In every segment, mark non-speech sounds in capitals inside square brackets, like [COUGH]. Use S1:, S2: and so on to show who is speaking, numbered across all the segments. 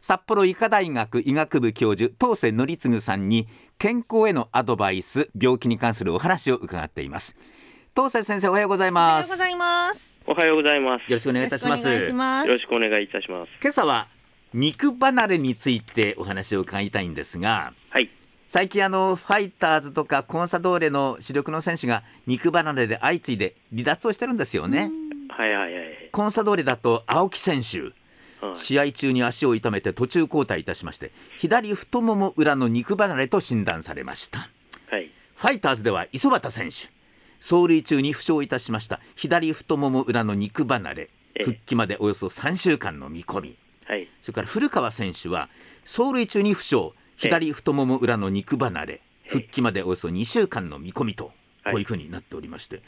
S1: 札幌医科大学医学部教授当世則次さんに健康へのアドバイス病気に関するお話を伺っています当世先生おはようござい
S2: おは
S1: ま
S2: よう
S1: す
S2: ございます。
S3: おはようございます。
S1: よろしくお願いいたします
S2: よろしくお願いします
S3: よろしくお願いいたします。
S1: 今朝は肉離れについてお話を伺いたいんですが
S3: はい。
S1: 最近あのファイターズとかコンサドーレの主力の選手が肉離れで相次いで離脱をしてるんですよね
S3: はいはいはいはい。
S1: コンサドーレだと青木選手
S3: はい
S1: 試合中に足を痛めて途中交代いたしまして左太もも裏の肉離れと診断されました
S3: はい。
S1: ファイターズでは磯端選手走塁中に負傷いたしました左太もも裏の肉離れ
S3: ええ
S1: 復帰までおよそ3週間の見込み
S3: はい。
S1: それから古川選手は走塁中に負傷左太もも裏の肉離れ復帰までおよそ2週間の見込みと
S3: はい
S1: こういうふうになっておりまして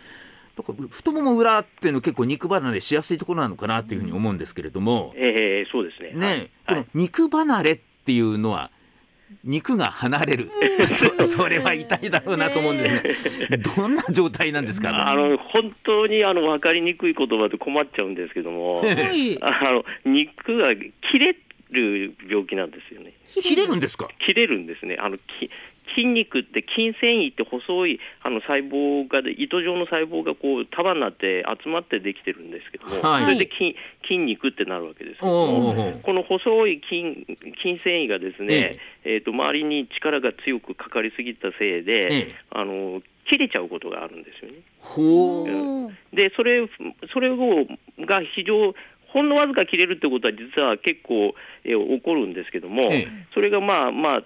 S1: だから太もも裏っていうの結構肉離れしやすいところなのかなというふうに思うんですけれども
S3: ええそうですね。
S1: ねこ
S3: はいは
S1: の
S3: い
S1: 肉離れっていうのは肉が離
S3: [LAUGHS]
S1: れるそそれは痛いだろうなと思うんです
S3: [LAUGHS]
S1: がどんな状態なんです
S3: あ
S1: か
S3: の本当にあの分かりにくい言葉で困っちゃうんですけど [LAUGHS] も、
S1: え
S2: はい。
S3: あの肉が切れる病気なんですよね。
S1: 切れるんですか
S3: 切れるんですね。あのき筋肉って筋繊維って細いあの細胞がで糸状の細胞がこう束になって集まってできてるんですけども、
S1: はい
S3: それで筋筋肉ってなるわけですけども
S1: おうおうおう
S3: この細い筋筋繊維がですね、えーと周りに力が強くかかりすぎたせい
S1: え
S3: で、
S1: え
S3: あの切れちゃうことがあるんですよね。
S1: ほう
S2: おー
S3: でそれそれをが非常ほんのわずか切れるってことは実は結構、えー起こるんですけども、
S1: ええ
S3: それがまあまあ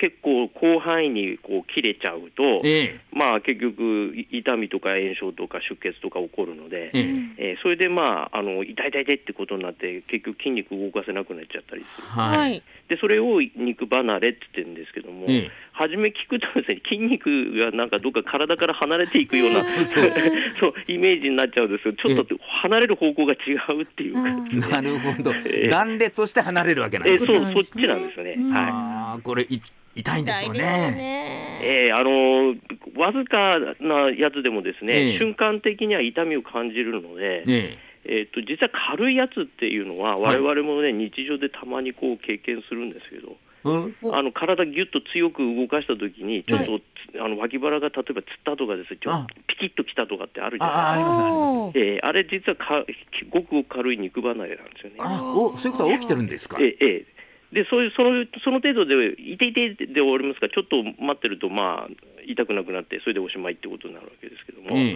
S3: 結構広範囲にこう切れちゃうと、
S1: ええ
S3: まあ結局い痛みとか炎症とか出血とか起こるので、
S1: ええ
S3: えーそれでまああの痛い痛い痛いってことになって結局筋肉動かせなくなっちゃったりする
S1: は
S2: はいい。
S3: でそれを肉離れって言ってるんですけども、
S1: ええ
S3: 初め聞くとですね [LAUGHS] 筋肉がなんかどっか体から離れていくような
S1: そうそうそう
S3: [LAUGHS] そうイメージになっちゃうんですけどちょっと離れる方向が違うっていうか、
S2: うん
S1: なるほど
S3: ええ
S1: 断裂をして離れるわけなん
S3: え
S1: で
S3: ー
S1: す
S3: そ
S1: ね
S3: うそっちなんですね。
S2: うん
S3: はい
S1: ああこれい痛いんでしょう
S2: 痛いです
S1: ね
S2: ね。
S3: えーあのーわずかなやつでもですね、
S1: ええ
S3: 瞬間的には痛みを感じるので、え
S1: え
S3: ー、と実は軽いやつっていうのは
S1: は
S3: 我
S1: い
S3: 々もね日常でたまにこう経験するんですけ
S1: え
S3: ど、
S1: うん
S2: お
S3: あの体ぎゅっと強く動かしたときに、ちょっと、あの脇腹が例えばつったとかですね、ちょ
S1: あ
S3: っとピキッときたとかってあるじゃ
S1: ああ
S3: ない
S1: り
S3: です
S1: ま
S3: か。
S1: すあります
S2: おー
S3: ええあれ実はかごくごく軽い肉離れなんですよね。
S1: あおそういうことは起きてるんですか
S3: ええええでそういうそのその程度で、いていてで終わりますから、ちょっと待ってると、まあ、痛くなくなって、それでおしまいってことになるわけですけども、
S1: ええ
S2: ええええ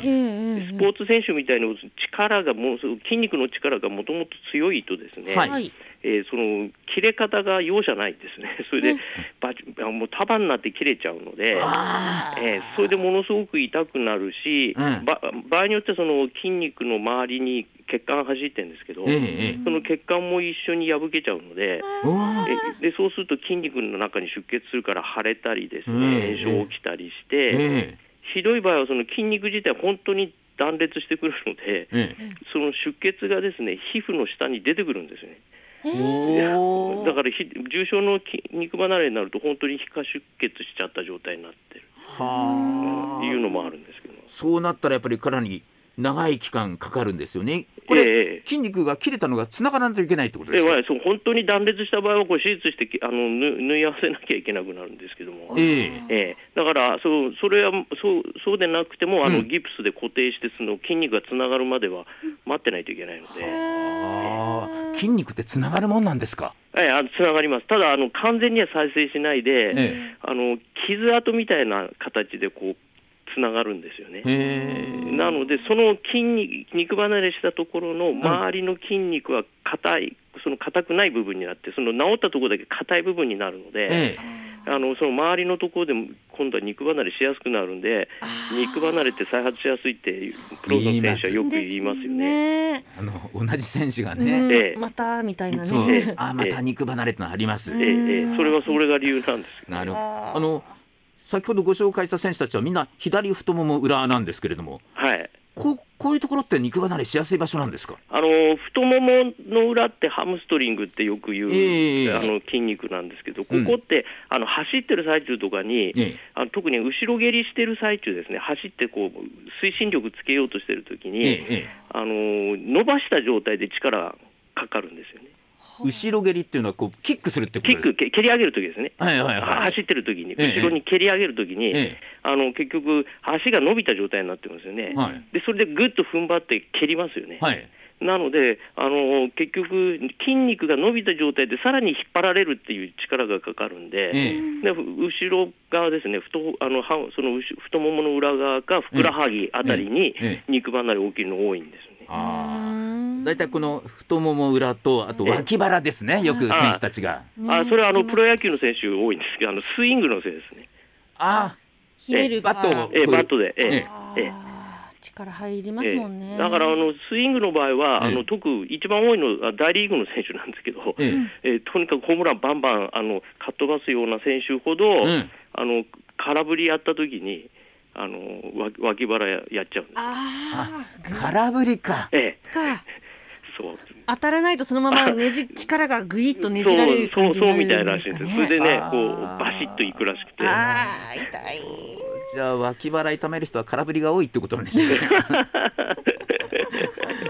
S3: スポーツ選手みたいな力がものすごく、筋肉の力がもともと強いとですね、
S1: は
S2: はい。
S3: えーその切れ方が容赦ないんですね、 [LAUGHS] それ
S2: ね
S3: でバチあもう束になって切れちゃうので、
S1: あ
S3: えーそれでものすごく痛くなるし、
S1: うん
S3: ば場合によってはその筋肉の周りに血管走ってるんですけど、
S1: ーええ
S3: その血管も一緒に破けちゃうので。
S1: うわー
S3: えでそうすると筋肉の中に出血するから腫れたりです
S1: うん
S3: ね、炎症起きたりして、
S1: ええ
S3: ひどい場合はその筋肉自体本当に断裂してくるので、
S1: え
S3: その出血がですね皮膚の下に出てくるんですよね。
S2: え
S1: え
S2: ー
S1: お
S3: だ
S1: ー
S3: からひ重症の筋肉離れになると本当に皮下出血しちゃった状態になってる
S1: は
S3: っ
S1: あ
S3: ていうのもあるんですけど
S1: そうなったらやっぱりかなり長い期間かかるんですよねこ
S3: え
S1: れ
S3: え
S1: 筋肉が切れたのが繋がらないといけないってことで
S3: ですま
S1: か
S3: あそう本当に断裂した場合はこれ手術してきあの縫縫い合わせなきゃいけなくなるんですけども、え
S1: ええ
S3: えだからそうそれはそうそうでなくてもあ
S1: う
S3: の
S1: ん
S3: ギプスで固定してその筋肉がつながるまでは待ってないといけないので。
S1: あー筋肉って繋がるもんなんですか
S3: ええ、あのつながります。ただあの完全には再生しないで、
S1: え
S3: あの傷跡みたいな形でこうつながるんですよね。
S1: ええ
S3: なので、その筋肉、肉離れしたところの周りの筋肉は硬い、その硬くない部分になって、その治ったところだけ硬い部分になるので、
S1: ええ
S3: あのその周りのところでも今度は肉離れしやすくなるんで、肉離れって再発しやすいって、プロの選手はよく言いますよね。
S2: ね。
S1: あの同じ選手がね
S3: え
S2: ね
S3: え
S2: またみたいな
S1: そう
S2: ね。
S1: あまた肉離れってのあります
S3: ええええそれはそれが理由なんです。
S1: なるほど
S2: あー
S1: あの先ほどご紹介した選手たちはみんな左太もも裏なんですけれども
S3: はい
S1: こうこういうところって肉離れしやすい場所なんですか
S3: あの太ももの裏ってハムストリングってよく言う、
S1: ええ
S3: あの筋肉なんですけど、ここって、あの走ってる最中とかに、
S1: え
S3: あの特に後ろ蹴りしてる最中ですね、走ってこう推進力つけようとしてるとき
S1: え
S3: に、
S1: ええ
S3: あの、伸ばした状態で力がかかるんですよね。
S1: 後ろ蹴りっていうのはこうキックするってこと
S3: キ
S1: で
S3: ッ
S1: す
S3: ク、け蹴り上げるときですね、
S1: はいはいはい
S3: 走ってるときに、
S1: ええ
S3: 後ろに蹴り上げるときに、
S1: ええ
S3: あの結局、足が伸びた状態になってますよね、
S1: はい
S3: でそれでぐっと踏ん張って蹴りますよね。
S1: はい
S3: なのであの、結局、筋肉が伸びた状態でさらに引っ張られるっていう力がかかるんで、
S1: ええ
S3: でふ後ろ側ですね、太あのはその後太ももの裏側か、ふくらはぎあたり
S1: え
S3: に
S1: えええ
S3: 肉離れ大きいの多いんですね。
S1: あ
S2: うん
S1: ーだいたいこの太もも裏とあと脇腹ですねよく選手たちが
S2: ね
S3: あそれはあの
S2: 聞きます
S3: プロ野球の選手多いんですけど、あのスイングのせいですね、
S1: あ
S2: ひねるか
S1: バットを
S3: ええ
S1: こう
S3: バットで、ええ
S1: え
S2: あ
S3: ええ
S2: ー力入りますもん
S3: え
S2: ね。
S3: えだからあのスイングの場合は、
S1: ええ
S3: あの特一番多いのは大リーグの選手なんですけど、
S1: ええ
S3: ええとにかくホームランバンバンあのかっ飛ばすような選手ほど、
S1: うん
S3: あの空振りやった時にあのわ脇腹ややっちゃうんです。
S2: ああ、グ
S1: 空振りか
S3: ええ、
S2: ッか
S3: そう
S2: 当たらないとそのままねじ力がグリッとねじられる
S3: そ
S2: 感
S3: う
S2: じ
S3: そうそうみ
S2: にな
S3: た
S2: いるん
S3: ら
S2: で
S3: し
S2: す
S3: いん
S2: か
S3: です。
S2: ね。
S3: それでね
S1: あー
S3: こうバシッといくらしくて。
S2: ああ痛い。
S1: じゃあ脇腹痛める人は空振りが多いってことなんです
S3: [LAUGHS]
S1: ね。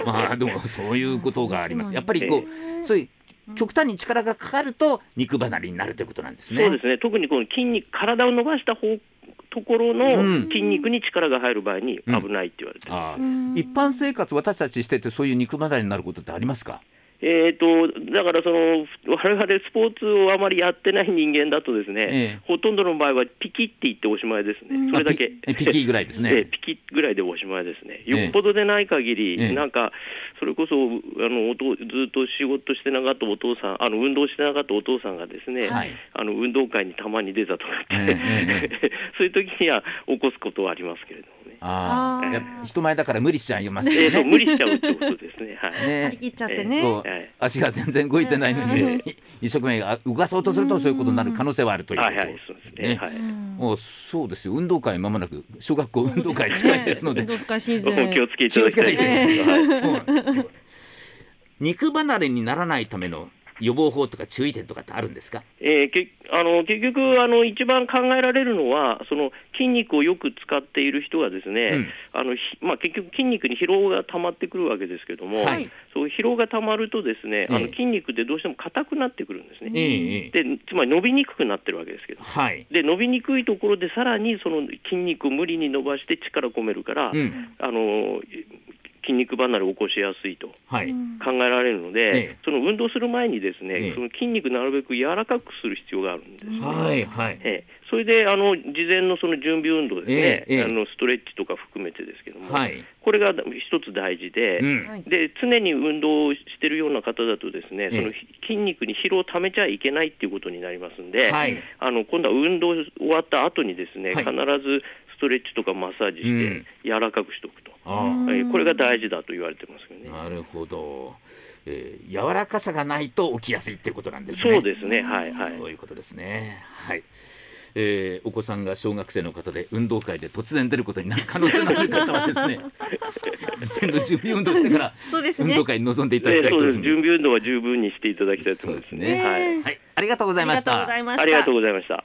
S1: まあでもそういうことがあります。やっぱりこうそういう極端に力がかかると肉離れになるということなんですね。
S3: そうですね。特にこの筋肉体を伸ばした方ところ
S1: うん
S3: の筋肉に力が入る場合に危ないって言われてる。
S1: ああ
S2: うん
S1: 一般生活私たちしててそういう肉離れになることってありますか。
S3: えー、とだからその、我々スポーツをあまりやってない人間だと、ですね、
S1: ええ
S3: ほとんどの場合はピキって言っておしまいです
S2: うん
S3: ね、それだけ、
S1: あピピキぐらいですね
S3: ええピキぐらいでおしまいですね、
S1: ええ
S3: よっぽどでない限り、
S1: ええ
S3: なんか、それこそあのおとずっと仕事してなかったお父さん、あの運動してなかったお父さんがですね、
S1: はい
S3: あの運動会にたまに出たとかって、
S1: えええ
S3: [LAUGHS] そういう時には起こすことはありますけれどもね、
S1: ああ
S2: あー
S1: やっぱ人前だから無理しちゃい
S2: [LAUGHS]
S1: ます
S3: ええ
S1: よ
S3: そう
S1: ね。
S3: 無理しちゃうってことですね。はい
S2: 張
S1: ね
S2: り切っちゃって
S3: え
S2: ね
S1: そ。う
S3: はい
S1: 足が全然動いて [LAUGHS] ないの
S2: う
S1: に一生懸命動かそうとするとそういうことになる可能性はあるというこ
S3: はい
S1: と。
S3: はい、そうですね。
S1: ね
S3: はい
S1: あそうですよ運動会まもなく小学校運動会近いですので
S2: ね運動会シーズ
S3: お気を
S2: ン。
S3: つけいただきたいです。はい
S1: そう肉離れにならないための予防法とか注意点とかってあるんですか
S3: えーけあの結局あの、一番考えられるのは、その筋肉をよく使っている人はですね、あのひまあ、結局、筋肉に疲労が溜まってくるわけですけども、
S1: はい
S3: そう疲労が溜まると、ですねあ
S1: ええ
S3: の筋肉ってどうしても硬くなってくるんですね、
S1: ええ
S3: で、つまり伸びにくくなってるわけですけど、
S1: はい、
S3: で伸びにくいところで、さらにその筋肉を無理に伸ばして力を込めるから、
S1: うん
S3: あの筋肉離れを起こしやすいと。
S1: はい、
S3: 考えられるので、
S1: ええ
S3: その運動する前にですね、
S1: ええ
S3: その筋肉なるべく柔らかくする必要があるんですね。
S1: はいはい
S3: ええそれであの事前のその準備運動ですね、
S1: ええええ
S3: あのストレッチとか含めてですけども、
S1: はい
S3: これが一つ大事で、
S1: うん
S2: はい
S3: で常に運動をしてるような方だとですね、
S1: ええ
S3: その筋肉に疲労をためちゃいけないっていうことになりますんで、
S1: はい
S3: あの今度は運動終わった後にですね、
S1: はい
S3: 必ずストレッチとかマッサージし
S1: うん
S3: て柔らかくしておくと、
S1: あ
S3: ええこれが大事だと言われてますよね。
S1: あなるほど、えー、柔らかさがないと起きやすいっていうことなんですね
S3: そうですね、はいはい。
S1: そういうことですねはいえー、お子さんが小学生の方で運動会で突然出ることになる可能性のある方は
S2: [LAUGHS]
S1: ですね事前の準備運動してから
S2: そうです
S1: 運
S2: ね
S1: 動。会に臨んでいただ
S3: え
S1: き
S3: え
S1: たいと
S3: そう
S1: 思
S3: で
S1: い
S3: す。
S1: ます。
S3: 準備運動は十分にしていただきたいと思います
S1: そうですね
S3: はい。
S1: はい、ありがとうございました。
S2: ありがとうございました。
S3: ありがとうございました。